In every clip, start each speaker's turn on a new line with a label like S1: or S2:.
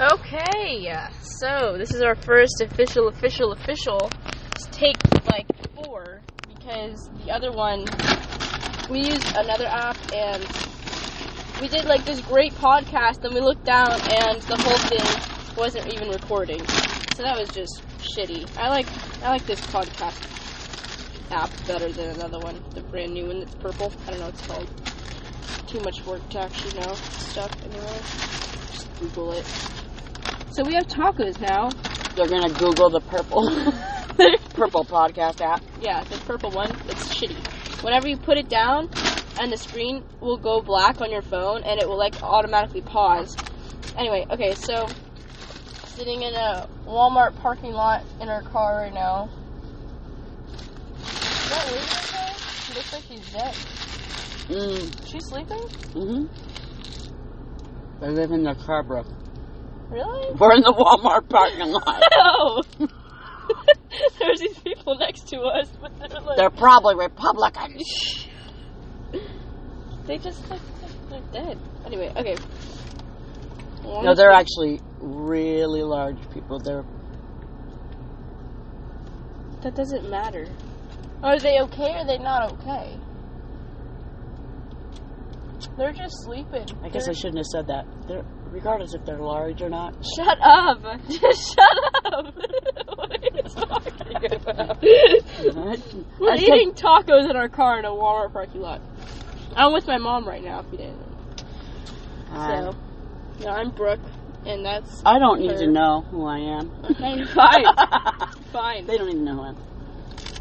S1: Okay, so this is our first official, official, official take like four because the other one we used another app and we did like this great podcast and we looked down and the whole thing wasn't even recording. So that was just shitty. I like I like this podcast app better than another one, the brand new one that's purple. I don't know what it's called. Too much work to actually know stuff anyway. Just Google it. So we have tacos now.
S2: They're gonna Google the purple purple podcast app.
S1: yeah, the purple one, it's shitty. Whenever you put it down, and the screen will go black on your phone, and it will like automatically pause. Anyway, okay, so sitting in a Walmart parking lot in our car right now. Is that Lily okay? She looks like she's dead.
S2: Mm.
S1: She's sleeping?
S2: Mm-hmm. They live in the Carbrook.
S1: Really?
S2: We're in the Walmart parking lot.
S1: No. There's these people next to us, but they're like
S2: They're probably Republicans.
S1: they just look like they're dead. Anyway, okay.
S2: No, they're actually really large people. They're
S1: That doesn't matter. Are they okay or are they not okay? They're just sleeping.
S2: I guess I
S1: They're-
S2: shouldn't have said that. They're regardless if they're large or not.
S1: Shut up! Just shut up! what are you talking about? We're
S2: I said-
S1: eating tacos in our car in a Walmart parking lot. I'm with my mom right now, if you didn't. know.
S2: I,
S1: So, no, I'm Brooke, and that's
S2: I don't need to know who I am.
S1: okay. Fine, fine.
S2: They don't even know who I am.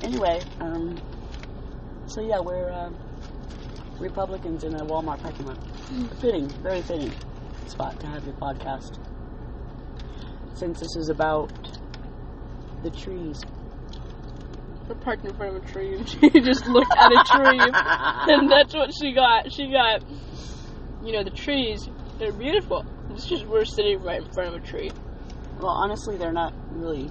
S2: Anyway, um, so yeah, we're um, Republicans in a Walmart parking lot. Fitting, very fitting spot to have your podcast. Since this is about the trees.
S1: We're parked in front of a tree, and she just looked at a tree. and that's what she got. She got, you know, the trees. They're beautiful. It's just we're sitting right in front of a tree.
S2: well, honestly, they're not really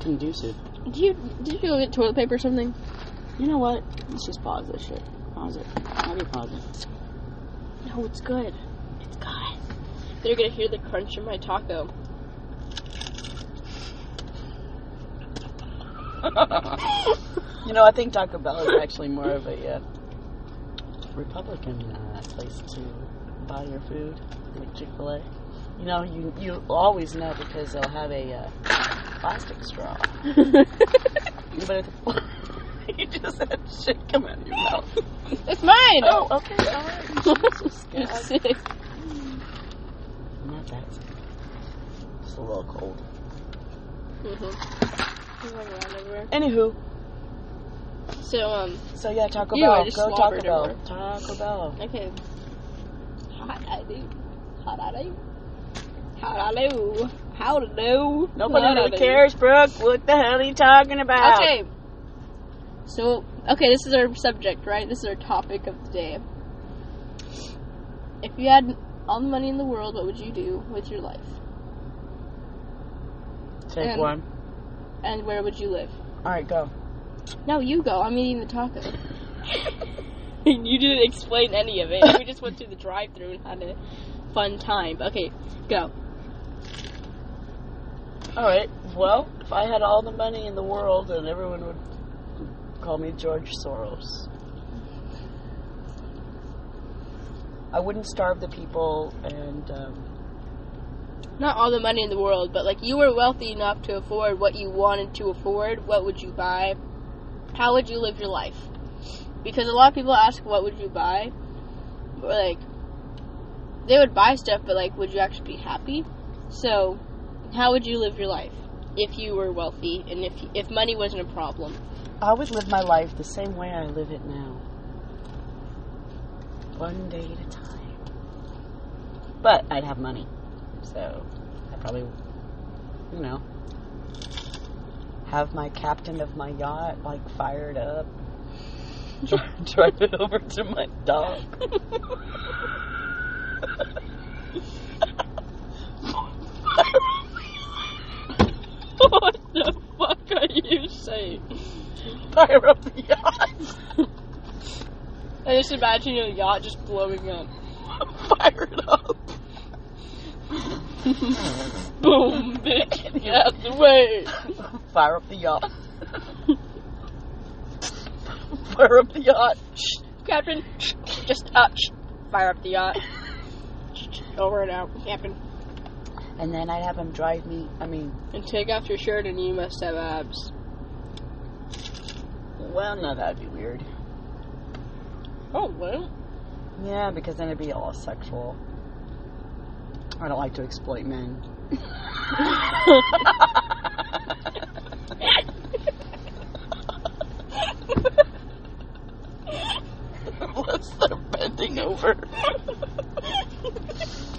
S2: conducive.
S1: Did you did you go get toilet paper or something?
S2: You know what? Let's just pause this shit. Pause it. How do you pause it?
S1: No, it's good. It's good. They're gonna hear the crunch of my taco.
S2: You know, I think Taco Bell is actually more of a uh, Republican uh, place to buy your food, like Chick Fil A. You know, you you always know because they'll have a uh, plastic straw. But if- you just had shit come out of your mouth.
S1: it's mine.
S2: Oh, okay, all right.
S1: It's sick.
S2: Not that. It's a little cold.
S1: Mhm. He's running around everywhere.
S2: Anywho,
S1: So um,
S2: so yeah, Taco
S1: Ew, I
S2: Bell.
S1: just
S2: Go Taco
S1: slobbered
S2: Bell.
S1: everywhere.
S2: Taco Bell.
S1: okay. Hot alley, hot alley, hot alley, how to know?
S2: Nobody really cares, Brooke. What the hell are you talking about?
S1: Okay. So, okay, this is our subject, right? This is our topic of the day. If you had all the money in the world, what would you do with your life?
S2: Take
S1: And-
S2: one.
S1: And where would you live?
S2: All right, go.
S1: No, you go. I'm eating the taco. you didn't explain any of it. We just went through the drive through and had a fun time. Okay, go.
S2: All right. Well, if I had all the money in the world, then everyone would call me George Soros. I wouldn't starve the people, and um,
S1: Not all the money in the world, but like you were wealthy enough to afford what you wanted to afford, what would you buy? How would you live your life? Because a lot of people ask, what would you buy? Or like, they would buy stuff, but like, would you actually be happy? So, how would you live your life if you were wealthy and if if money wasn't a problem?
S2: I would live my life the same way I live it now, one day at a time. But I'd have money, so I probably, you know, have my captain of my yacht like fired up, drive, drive it over to my dog.
S1: what the fuck are you saying?
S2: fire up the yacht,
S1: I just imagine your yacht just blowing up.
S2: fire it up.
S1: Boom, bitch. Get out the way.
S2: Fire up the yacht. Fire up the yacht.
S1: Shh, Captain. Shh, just uh, shh. fire up the yacht. Shh, shh, Over and out, Captain.
S2: And then I'd have him drive me. I mean,
S1: And take off your shirt, and you must have abs.
S2: well, no, that'd be weird.
S1: Oh well.
S2: Yeah, because then it'd be all sexual. I don't like to exploit men. Unless they're bending over.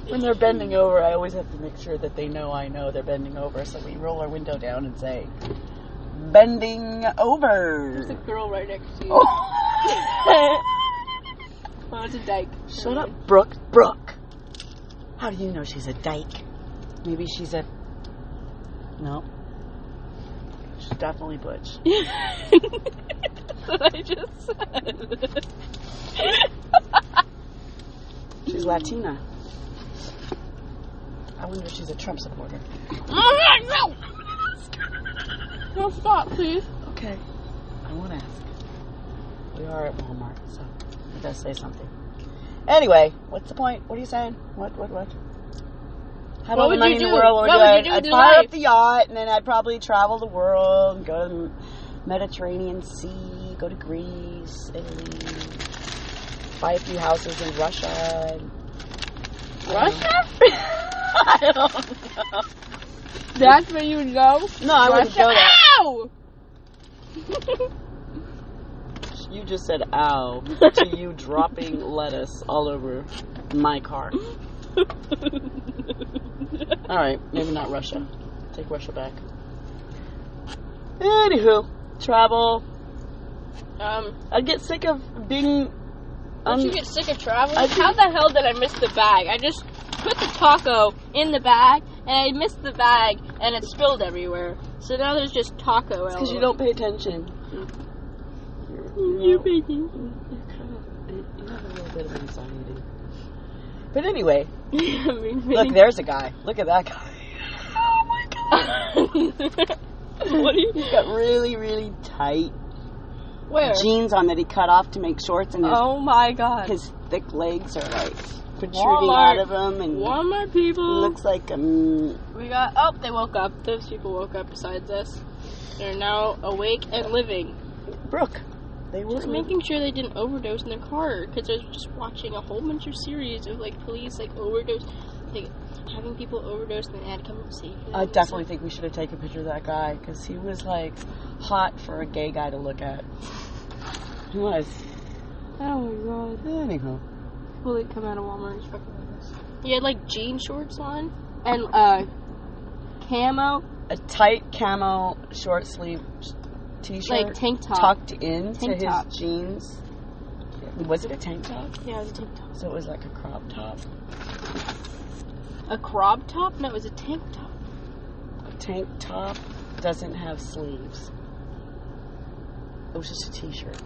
S2: when they're bending over, I always have to make sure that they know I know they're bending over. So we roll our window down and say, "Bending
S1: There's a
S2: over."
S1: girl right next to you.
S2: Oh.
S1: Oh, it's a dyke.
S2: Shut up, Brooke. Brooke. How do you know she's a dyke? Maybe she's a. No. She's definitely butch.
S1: That's what I just said.
S2: She's Latina. I wonder if she's a Trump supporter.
S1: no! No, stop, please.
S2: Okay. I won't ask. We are at Walmart, so I gotta say something. Anyway, what's the point? What are you saying? What, what, what?
S1: What
S2: How about
S1: would
S2: money
S1: you
S2: in the
S1: do?
S2: world?
S1: What would you
S2: I'd-
S1: do with your
S2: I'd fire
S1: life?
S2: up the yacht, and then I'd probably travel the world, and go to the Mediterranean Sea, go to Greece, Italy, buy a few houses in Russia. and-
S1: Russia?
S2: I don't know.
S1: That's where you would go?
S2: No, I wouldn't go there.
S1: Ow!
S2: You just said ow to you dropping lettuce all over my car. All right, maybe not Russia. Take Russia back. Anywho, travel.
S1: um,
S2: I get sick of being.
S1: don't you
S2: un-
S1: get sick of traveling?
S2: um, I
S1: How
S2: think-
S1: the hell did I miss the bag? I just put the taco in the bag, and I missed the bag, and it spilled everywhere. So now there's just taco.
S2: It's because you
S1: all
S2: don't pay attention. You're,
S1: over.
S2: Mm. you
S1: You
S2: know,
S1: baby.
S2: you're kind of, you you have a little bit of anxiety. But anyway,
S1: I mean,
S2: look,
S1: really-
S2: there's a guy. Look at that guy. Oh my
S1: what do you?
S2: He's got really, really tight
S1: Where?
S2: jeans on that he cut off to make shorts, and his
S1: Oh my god.
S2: his thick legs are like protruding
S1: Walmart.
S2: out of him and
S1: Walmart people.
S2: looks like um
S1: We got. Oh, they woke up. Those people woke up besides us. They're now awake and living.
S2: Brooke. They were
S1: Just making sure they didn't overdose in their car because they're just watching a whole bunch of series of like police like overdose, like having people overdose and then they had to come and save them.
S2: I definitely think we should have taken a picture of that guy because he was like hot for a gay guy to look at. He was.
S1: Oh my god.
S2: Anyhow,
S1: Will they come out of Walmart and fucking with us? He had like jean shorts on and uh camo
S2: a tight camo short sleeve sh- t-shirt
S1: like tank top.
S2: tucked in to
S1: Tank
S2: his
S1: top.
S2: jeans. Was it a tank top?
S1: Yeah, it was a tank top.
S2: So it was like a crop top,
S1: A crop top? No, it was a tank top.
S2: a tank top doesn't have sleeves. It was just a t-shirt.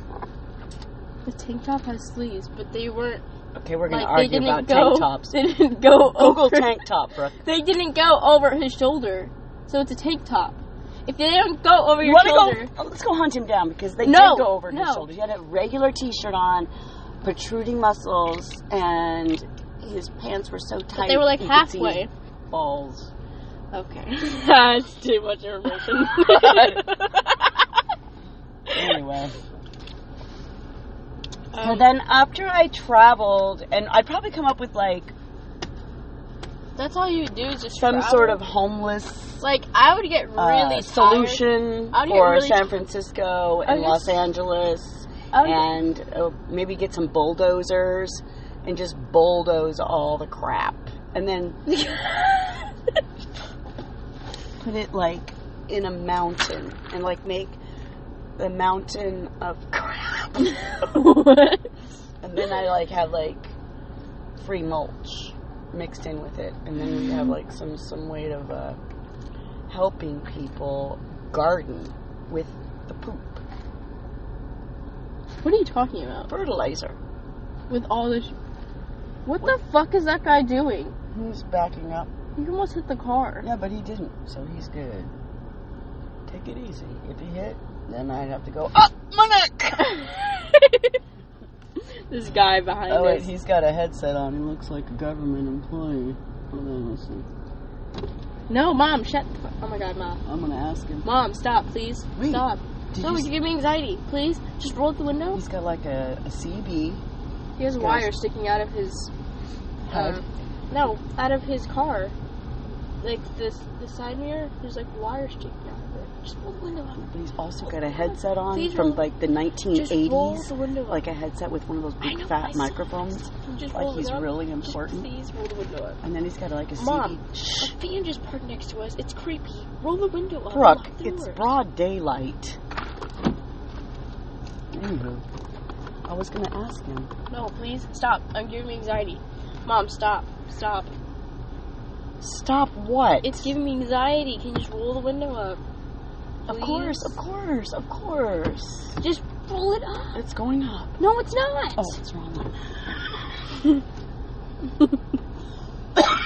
S1: The tank top has sleeves, but they weren't
S2: Okay, we're gonna
S1: like they
S2: argue
S1: didn't
S2: about
S1: go.
S2: tank tops.
S1: They didn't go
S2: Google
S1: over,
S2: tank top, Brooke.
S1: They didn't go over his shoulder, so it's a tank top. If they don't go over
S2: You
S1: your
S2: want to
S1: shoulder,
S2: go? oh, Let's go hunt him down because they
S1: No,
S2: did go over his
S1: no.
S2: shoulders. He had a regular T-shirt on, protruding muscles, and his pants were so tight.
S1: they were like
S2: you could see his
S1: halfway.
S2: balls.
S1: Okay, that's too much information.
S2: Anyway, so
S1: Um,
S2: then after I traveled, and I'd probably come up with like
S1: that's all you do is just
S2: some
S1: travel.
S2: sort of homeless
S1: like I would get
S2: uh,
S1: really tired.
S2: solution
S1: I'd get
S2: for
S1: really-
S2: San Francisco
S1: I'd
S2: and
S1: get-
S2: Los Angeles.
S1: I would get-
S2: and uh, maybe get some bulldozers and just bulldoze all the crap and then put it like in a mountain and like make the mountain of crap
S1: what?
S2: and then i like have like free mulch mixed in with it and then we have like some some way of uh, helping people garden with the poop
S1: What are you talking about?
S2: fertilizer
S1: With all this What the fuck is that guy doing?
S2: He's backing up.
S1: He almost hit the car.
S2: Yeah, but he didn't, so he's good. Take it easy. If he hit, then I'd have to go, ah, my neck!
S1: this guy behind
S2: Oh, wait,
S1: us.
S2: he's got a headset on. He looks like a government employee. Hold on, let's see.
S1: No, mom, shut. The fu- oh my god, mom.
S2: I'm gonna ask him.
S1: Mom, stop, please.
S2: Wait,
S1: Stop.
S2: Did
S1: Stop.
S2: you
S1: You
S2: see-
S1: give me anxiety, please. Just roll up the window.
S2: He's got like a, a CB
S1: He has
S2: Guys.
S1: wire sticking out of his.
S2: head.
S1: Um, no, out of his car. Like this, the side mirror. There's like wire sticking out of it. Just roll the window up.
S2: but he's also got a headset on
S1: Please
S2: from
S1: roll-
S2: like the
S1: Just roll
S2: 1980s.
S1: the window up.
S2: Like a headset with one of those
S1: I
S2: big
S1: know, I
S2: fat
S1: saw-
S2: microphones.
S1: just
S2: Like
S1: roll
S2: he's
S1: it up.
S2: really
S1: Just
S2: important.
S1: please roll the window up.
S2: And then he's got like a
S1: Mom.
S2: CB.
S1: A van just parked next to us. It's creepy. Roll the window up.
S2: Brooke,
S1: Lock the
S2: it's
S1: door.
S2: broad daylight. Anywho, I was gonna ask him.
S1: No, please stop. I'm giving me anxiety. Mom, stop. Stop.
S2: Stop what?
S1: It's giving me anxiety. Can you just roll the window up?
S2: of
S1: please?
S2: course, of course, of course.
S1: Just roll it up.
S2: It's going up.
S1: No, it's not.
S2: Oh, it's wrong one.
S1: Oh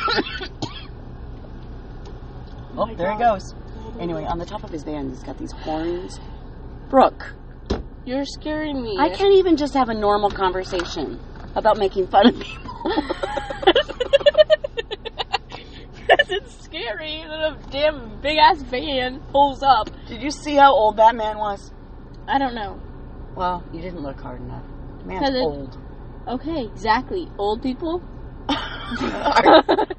S2: Oh,
S1: my
S2: there he
S1: God.
S2: goes. Anyway, on the top of his van, he's got these horns. Brooke,
S1: You're scaring me.
S2: I can't even just have a normal conversation about making fun of people.
S1: Because it's scary that a damn big ass van pulls up.
S2: Did you see how old that man was?
S1: I don't know.
S2: Well, you didn't look hard enough. Man's
S1: Cousin.
S2: old.
S1: Okay, exactly. Old people
S2: are,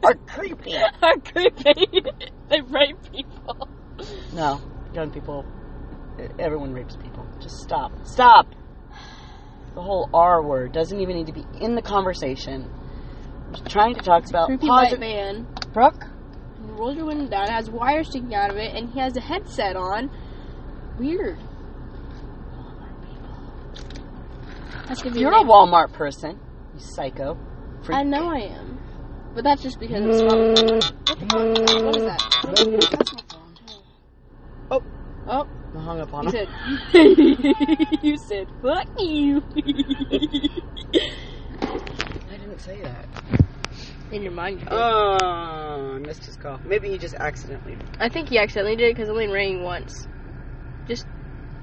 S2: are creepy.
S1: are creepy. they rape people. Uh,
S2: No, young people. e, Everyone rapes people. Just stop. Stop. The whole R word doesn't even need to be in the conversation. I'm just trying to talk about
S1: creepy white
S2: positive.
S1: van.
S2: Brooke,
S1: rolls your window down, it has wires sticking out of it, and he has a headset on. Weird. That's gonna be
S2: you're
S1: your
S2: a
S1: name.
S2: Walmart person. You psycho. Freak.
S1: I know I am, but that's just because it's probably. What the fuck? What is that?
S2: That's my phone.
S1: Oh,
S2: I hung up on
S1: you
S2: him.
S1: said. you said fuck you
S2: I didn't say that.
S1: in your mind. you did.
S2: Oh, I missed his call. Maybe he just accidentally.
S1: I think he accidentally did it because it only rang once.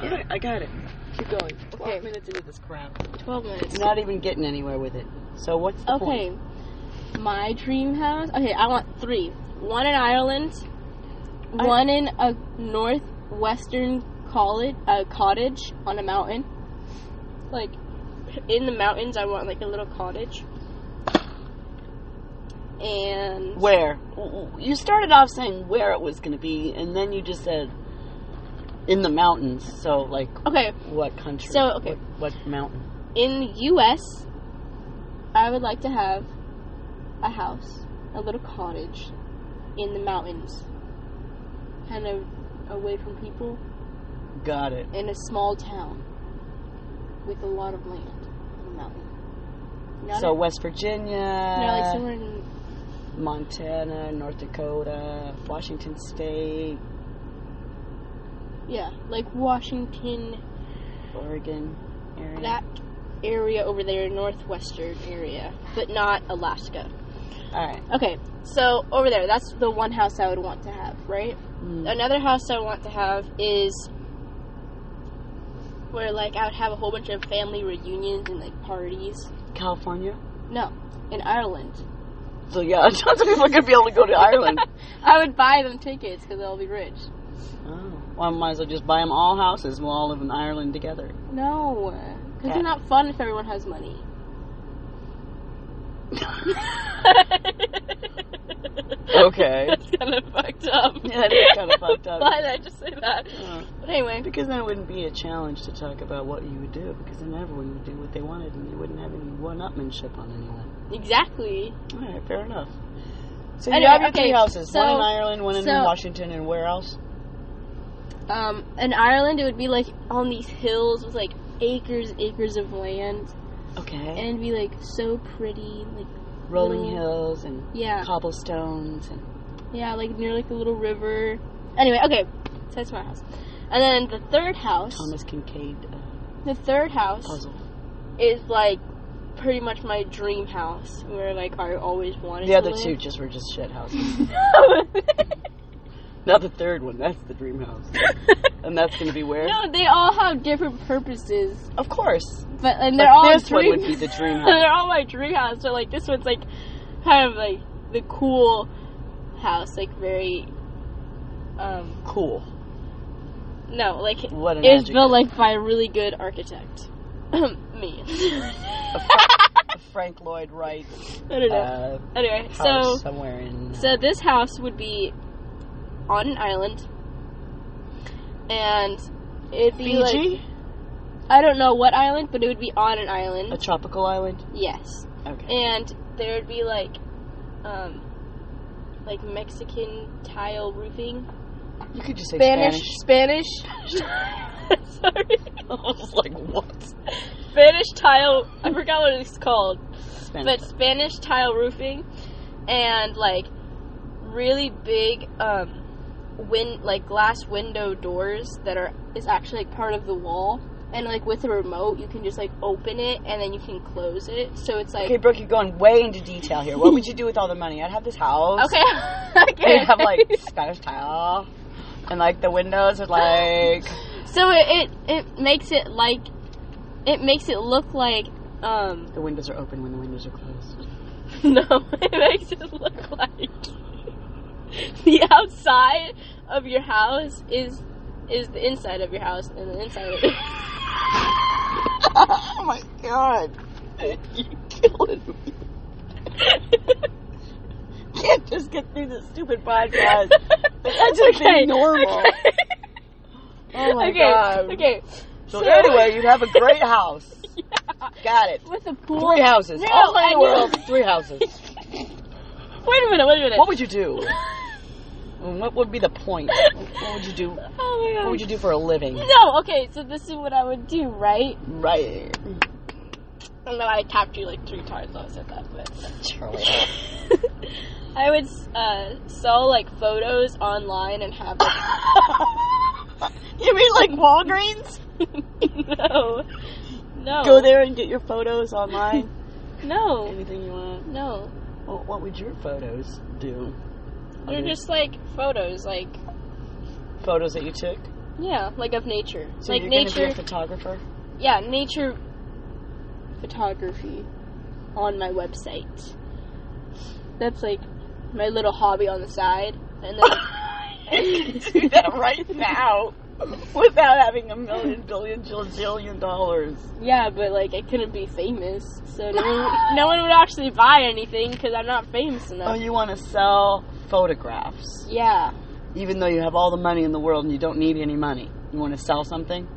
S2: Alright, I got it.
S1: Keep going. Okay,
S2: minutes into this crap.
S1: twelve minutes.
S2: Not even getting anywhere with it. So what's the
S1: Okay.
S2: point?
S1: My dream house. Okay, I want three. One in Ireland,
S2: I-
S1: one in a northwestern college, a cottage on a mountain. Like in the mountains, I want like a little cottage. And
S2: Where? You started off saying where it was going to be, and then you just said in the mountains. So, like,
S1: okay,
S2: what country?
S1: So, okay.
S2: What, what mountain?
S1: in the U.S., I would like to have a house, a little cottage in the mountains, kind of away from people.
S2: Got it.
S1: in a small town with a lot of land in the mountain. Not
S2: so, uh,
S1: in-
S2: West Virginia,
S1: no, like somewhere in
S2: Montana, North Dakota, Washington State,
S1: yeah, like Washington,
S2: Oregon area.
S1: that area over there, northwestern area, but not Alaska.
S2: All right.
S1: Okay, so over there, that's the one house I would want to have, right?
S2: Mm.
S1: Another house I want to have is where like I would have a whole bunch of family reunions and like parties.
S2: California?
S1: No, in Ireland.
S2: So, yeah, tons of people are going to be able to go to Ireland.
S1: I would buy them tickets because I'll be rich.
S2: oh. Well, I might as well just buy them all houses and we'll all live in Ireland together.
S1: No, because
S2: Yeah.
S1: they're not fun if everyone has money.
S2: Okay.
S1: That's kind of fucked up.
S2: Yeah, that is kinda fucked up.
S1: Why did I just say that?
S2: Uh,
S1: But anyway,
S2: Because then it wouldn't be a challenge to talk about what you would do, because then everyone would do what they wanted and you wouldn't have any one upmanship on anyone.
S1: exactly.
S2: Alright, fair enough. So you
S1: Anyway,
S2: have your
S1: okay,
S2: three houses one
S1: so-
S2: in Ireland, one in
S1: so-
S2: Washington, and where else?
S1: Um, in Ireland, it would be like on these hills with like acres, and acres of land, and
S2: Okay.
S1: it'd be like so pretty. Like
S2: Rolling
S1: little-
S2: hills and
S1: yeah,
S2: cobblestones and.
S1: yeah, like near like a little river. Anyway, okay, so that's my house. And then the third house,
S2: Thomas Kincaid uh,
S1: the third house
S2: puzzle.
S1: is like pretty much my dream house where like I always wanted.
S2: The
S1: to
S2: other
S1: live.
S2: two just were just shit houses. now the third one, that's the dream house. And that's gonna be where?
S1: No, they all have different purposes,
S2: Of course.
S1: but and they're
S2: But
S1: all
S2: this one
S1: dream-
S2: would be the dream house.
S1: they're all my dream house. So like this one's like kind of like the cool house, like very um
S2: Cool.
S1: no like
S2: What an
S1: It was
S2: adjective.
S1: built like by a really good architect. Me.
S2: Frank Lloyd Wright
S1: I don't know.
S2: uh,
S1: anyway, so
S2: house somewhere in uh,
S1: so this house would be on an island, and it'd be like
S2: Fiji?
S1: I don't know what island, but it would be on an
S2: a
S1: island.
S2: tropical island?
S1: Yes,
S2: Okay.
S1: and there would be like, um, like Mexican tile roofing,
S2: You could just say
S1: Spanish,
S2: Spanish.
S1: Spanish. Sorry,
S2: I was like, what?
S1: Spanish tile. I forgot what it's called.
S2: Spanish.
S1: but Spanish tile roofing and like really big um win like glass window doors that are is actually like part of the wall and like with a remote you can just like open it and then you can close it so it's like
S2: Okay, Brooke, you're going way into detail here. What would you do with all the money? I'd have this house.
S1: okay okay
S2: They'd have like Spanish tile, and like the windows would like
S1: so it, it it makes it like it makes it look like um
S2: the windows are open when the windows are closed.
S1: no it makes it look like the outside of your house is is the inside of your house and the inside of
S2: oh my god, you're killing me! Can't just get through this stupid podcast. That's just being normal.
S1: Okay.
S2: Oh my
S1: okay.
S2: god.
S1: Okay.
S2: So anyway, you'd have a great house.
S1: Yeah.
S2: Got it.
S1: With a pool.
S2: Three houses.
S1: No,
S2: All in
S1: I
S2: the
S1: know.
S2: world. Three houses.
S1: Wait a minute. Wait a minute.
S2: What would you do? And What would be the point? What would you do?
S1: oh my god.
S2: What would you do for a living?
S1: No. Okay. So this is what I would do, right?
S2: Right.
S1: I know I tapped you like three times when I said that, but
S2: Charlie.
S1: I would uh, sell like photos online and have.
S2: you mean like Walgreens?
S1: no. No.
S2: Go there and get your photos online.
S1: No.
S2: Anything you want.
S1: No.
S2: Well, what would your photos do?
S1: They're
S2: Okay.
S1: just like photos, like
S2: photos that you took.
S1: yeah, like of nature,
S2: So
S1: like
S2: you're
S1: nature.
S2: gonna be a photographer.
S1: yeah, nature photography on my website. That's like my little hobby on the side. And then
S2: do that right now without having a million, billion, jillion dollars.
S1: yeah, but like I couldn't be famous, so no one, no one would actually buy anything because I'm not famous
S2: Oh,
S1: enough.
S2: you want to sell photographs,
S1: yeah,
S2: even though you have all the money in the world and you don't need any money. You want to sell something?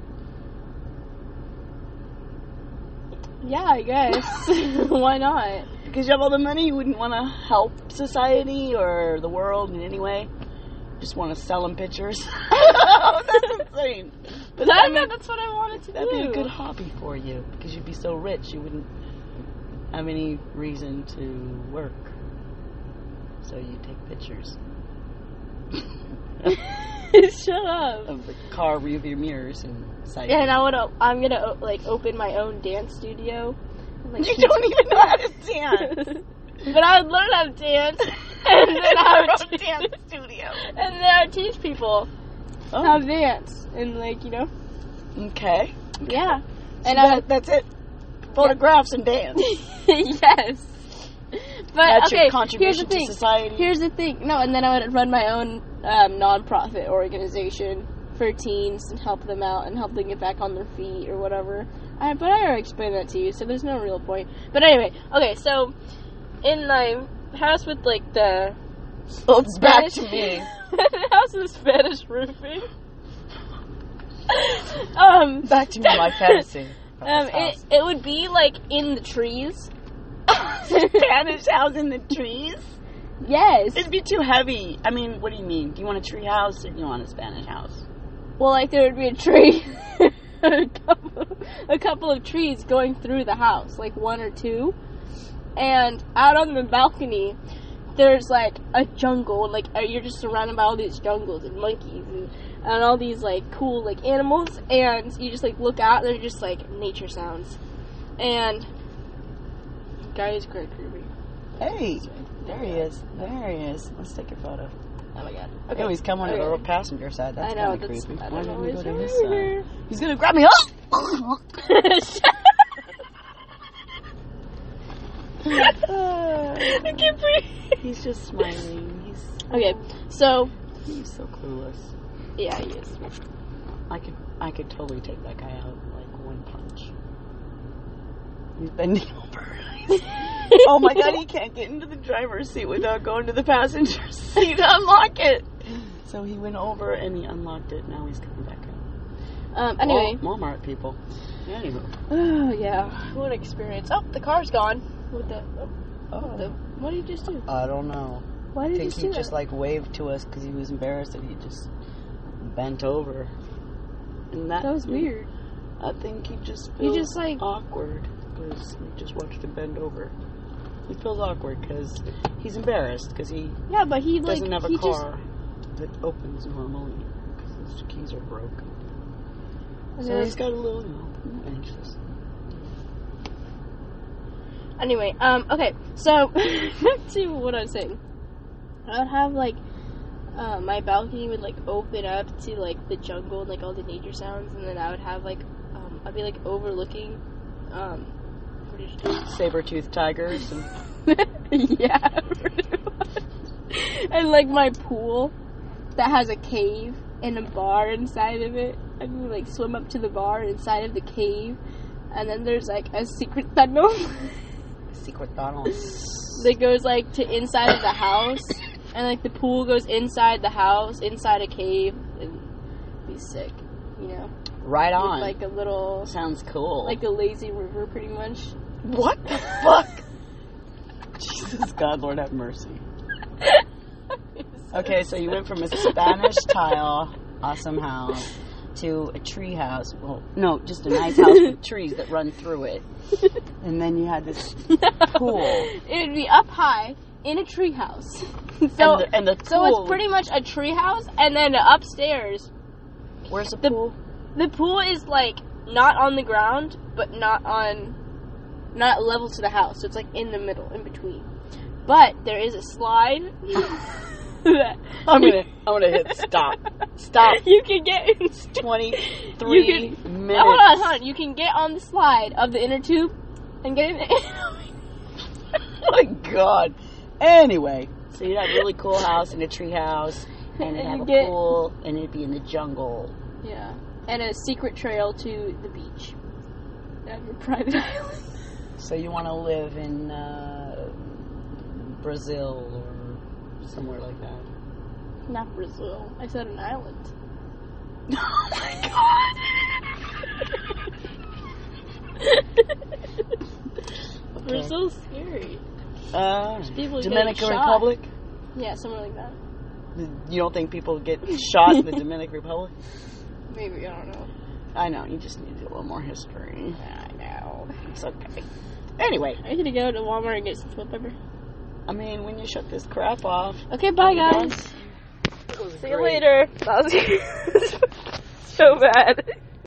S1: yeah, I guess. Why not?
S2: because you have all the money, you wouldn't want to help society or the world in any way. Just want to sell them pictures. that's insane. But
S1: I
S2: that,
S1: don't know, that's what I wanted to
S2: that'd be
S1: do.
S2: a good hobby for you because you'd be so rich, you wouldn't have any reason to work. So you take pictures
S1: Shut up.
S2: of the car rear view mirrors and sight.
S1: And I want to. I'm gonna o- like open my own dance studio. and, Like,
S2: you don't even know how to dance.
S1: but I would learn how to dance, and then I
S2: Your
S1: would
S2: own
S1: teach,
S2: dance studio.
S1: and then I would teach people how
S2: Oh,
S1: to dance, and like you know,
S2: okay.
S1: yeah. And
S2: So
S1: I
S2: that- that's it. Photographs and dance.
S1: would, yes. But
S2: That's
S1: okay, here's the
S2: your contribution to
S1: thing.
S2: society.
S1: Here's the thing. No, and then I would run my own um, nonprofit organization for teens and help them out and help them get back on their feet or whatever. I, but I already explained that to you, so there's no real point. But anyway, okay, so in my house with like the
S2: Well, it's back to me.
S1: the house with Spanish roofing. um,
S2: Back to me, my fantasy.
S1: um, it it would be like in the trees.
S2: Spanish house in the trees?
S1: Yes.
S2: It'd be too heavy. I mean, what do you mean? Do you want a tree house or do you want a Spanish house?
S1: Well, like there would be a tree, a, couple, a couple of trees going through the house, like one or two, and out on the balcony, there's like a jungle, and like uh, you're just surrounded by all these jungles and monkeys and, and all these like cool like animals, and you just like look out, and they're just like nature sounds, and Guy is great groovy.
S2: Hey, there he is. There he is. Let's take a photo.
S1: Oh my god.
S2: Okay, he's coming to the
S1: Okay.
S2: passenger side. That's
S1: I know,
S2: kind of
S1: that's.
S2: creepy.
S1: I
S2: Why
S1: don't
S2: didn't
S1: know
S2: we
S1: why
S2: go
S1: he's
S2: to his
S1: over
S2: side?
S1: here.
S2: He's gonna grab me. Oh!
S1: I
S2: Uh,
S1: can't breathe.
S2: he's just smiling. He's
S1: Okay, so
S2: he's so clueless.
S1: yeah, he is.
S2: I could I could totally take that guy out in like one punch. He's bending over. oh my god, he can't get into the driver's seat without going to the passenger seat to unlock it. So he went over and he unlocked it. Now he's coming back out.
S1: Um. Anyway.
S2: Wal- Walmart people. Anywho.
S1: Oh yeah. What an experience. Oh, the car's gone. With the. Oh, the what did you just do?
S2: I don't know.
S1: Why
S2: I
S1: did you
S2: think
S1: just do
S2: he
S1: that?
S2: just like waved to us because he was embarrassed that he just bent over. And that,
S1: that was weird.
S2: I think he just
S1: You
S2: feels
S1: just, like-
S2: awkward because we just watched him bend over. He feels awkward because he's embarrassed because he
S1: Yeah, but he like
S2: doesn't have
S1: he
S2: a
S1: just.
S2: car that opens normally because his keys are broke.
S1: and
S2: So
S1: then-
S2: he's got a little you know, anxious.
S1: Anyway, um, okay, so back to what I was saying. I would have like uh, my balcony would like open up to like the jungle and like all the nature sounds, and then I would have like um, I'd be like overlooking. Um, pretty
S2: Saber-toothed tigers and
S1: yeah, pretty much. and like my pool that has a cave and a bar inside of it. I can like swim up to the bar inside of the cave, and then there's like a secret tunnel.
S2: secret Donalds.
S1: that goes like to inside of the house, and like the pool goes inside the house, inside a cave, and be sick, you know,
S2: right
S1: With,
S2: on.
S1: like a little,
S2: Sounds cool.
S1: like a lazy river, pretty much.
S2: What the fuck? Jesus God, Lord have mercy. Okay, so you went from a Spanish tile awesome house to a tree house. Well, no, just a nice house with trees that run through it. And then you had this, Pool.
S1: It would be up high in a tree house. so.
S2: and the, and the pool.
S1: so it's pretty much a tree house, and then upstairs,
S2: Where's the,
S1: the-
S2: pool?
S1: the pool is like not on the ground, but not on, not level to the house. So it's like in the middle, in between. But there is a slide. that
S2: I'm gonna, I'm gonna hit stop. Stop.
S1: You can get.
S2: Twenty-three
S1: You
S2: minutes.
S1: hold on, hold on. You can get on the slide of the inner tube and get in.
S2: Oh my God. Anyway, so you had a really cool house and a tree house, and it
S1: And
S2: had
S1: you
S2: a
S1: get-
S2: pool, and it'd be in the jungle.
S1: yeah, and a secret trail to the beach. And a private island.
S2: So you want to live in uh, Brazil or somewhere like that?
S1: Not Brazil. I said an island.
S2: Oh my
S1: Brazil's We're so scary.
S2: Uh,
S1: People get
S2: Dominican
S1: shot.
S2: Republic.
S1: Yeah, somewhere like that.
S2: You don't think people get shot in the Dominican Republic?
S1: Maybe I don't know.
S2: I know. You just need a little more history.
S1: I know.
S2: It's okay. Anyway,
S1: Are you gonna go to Walmart and get some toilet paper?
S2: I mean, when you shut this crap off,
S1: Okay, bye guys.
S2: it was
S1: See
S2: great.
S1: you later. That was so bad.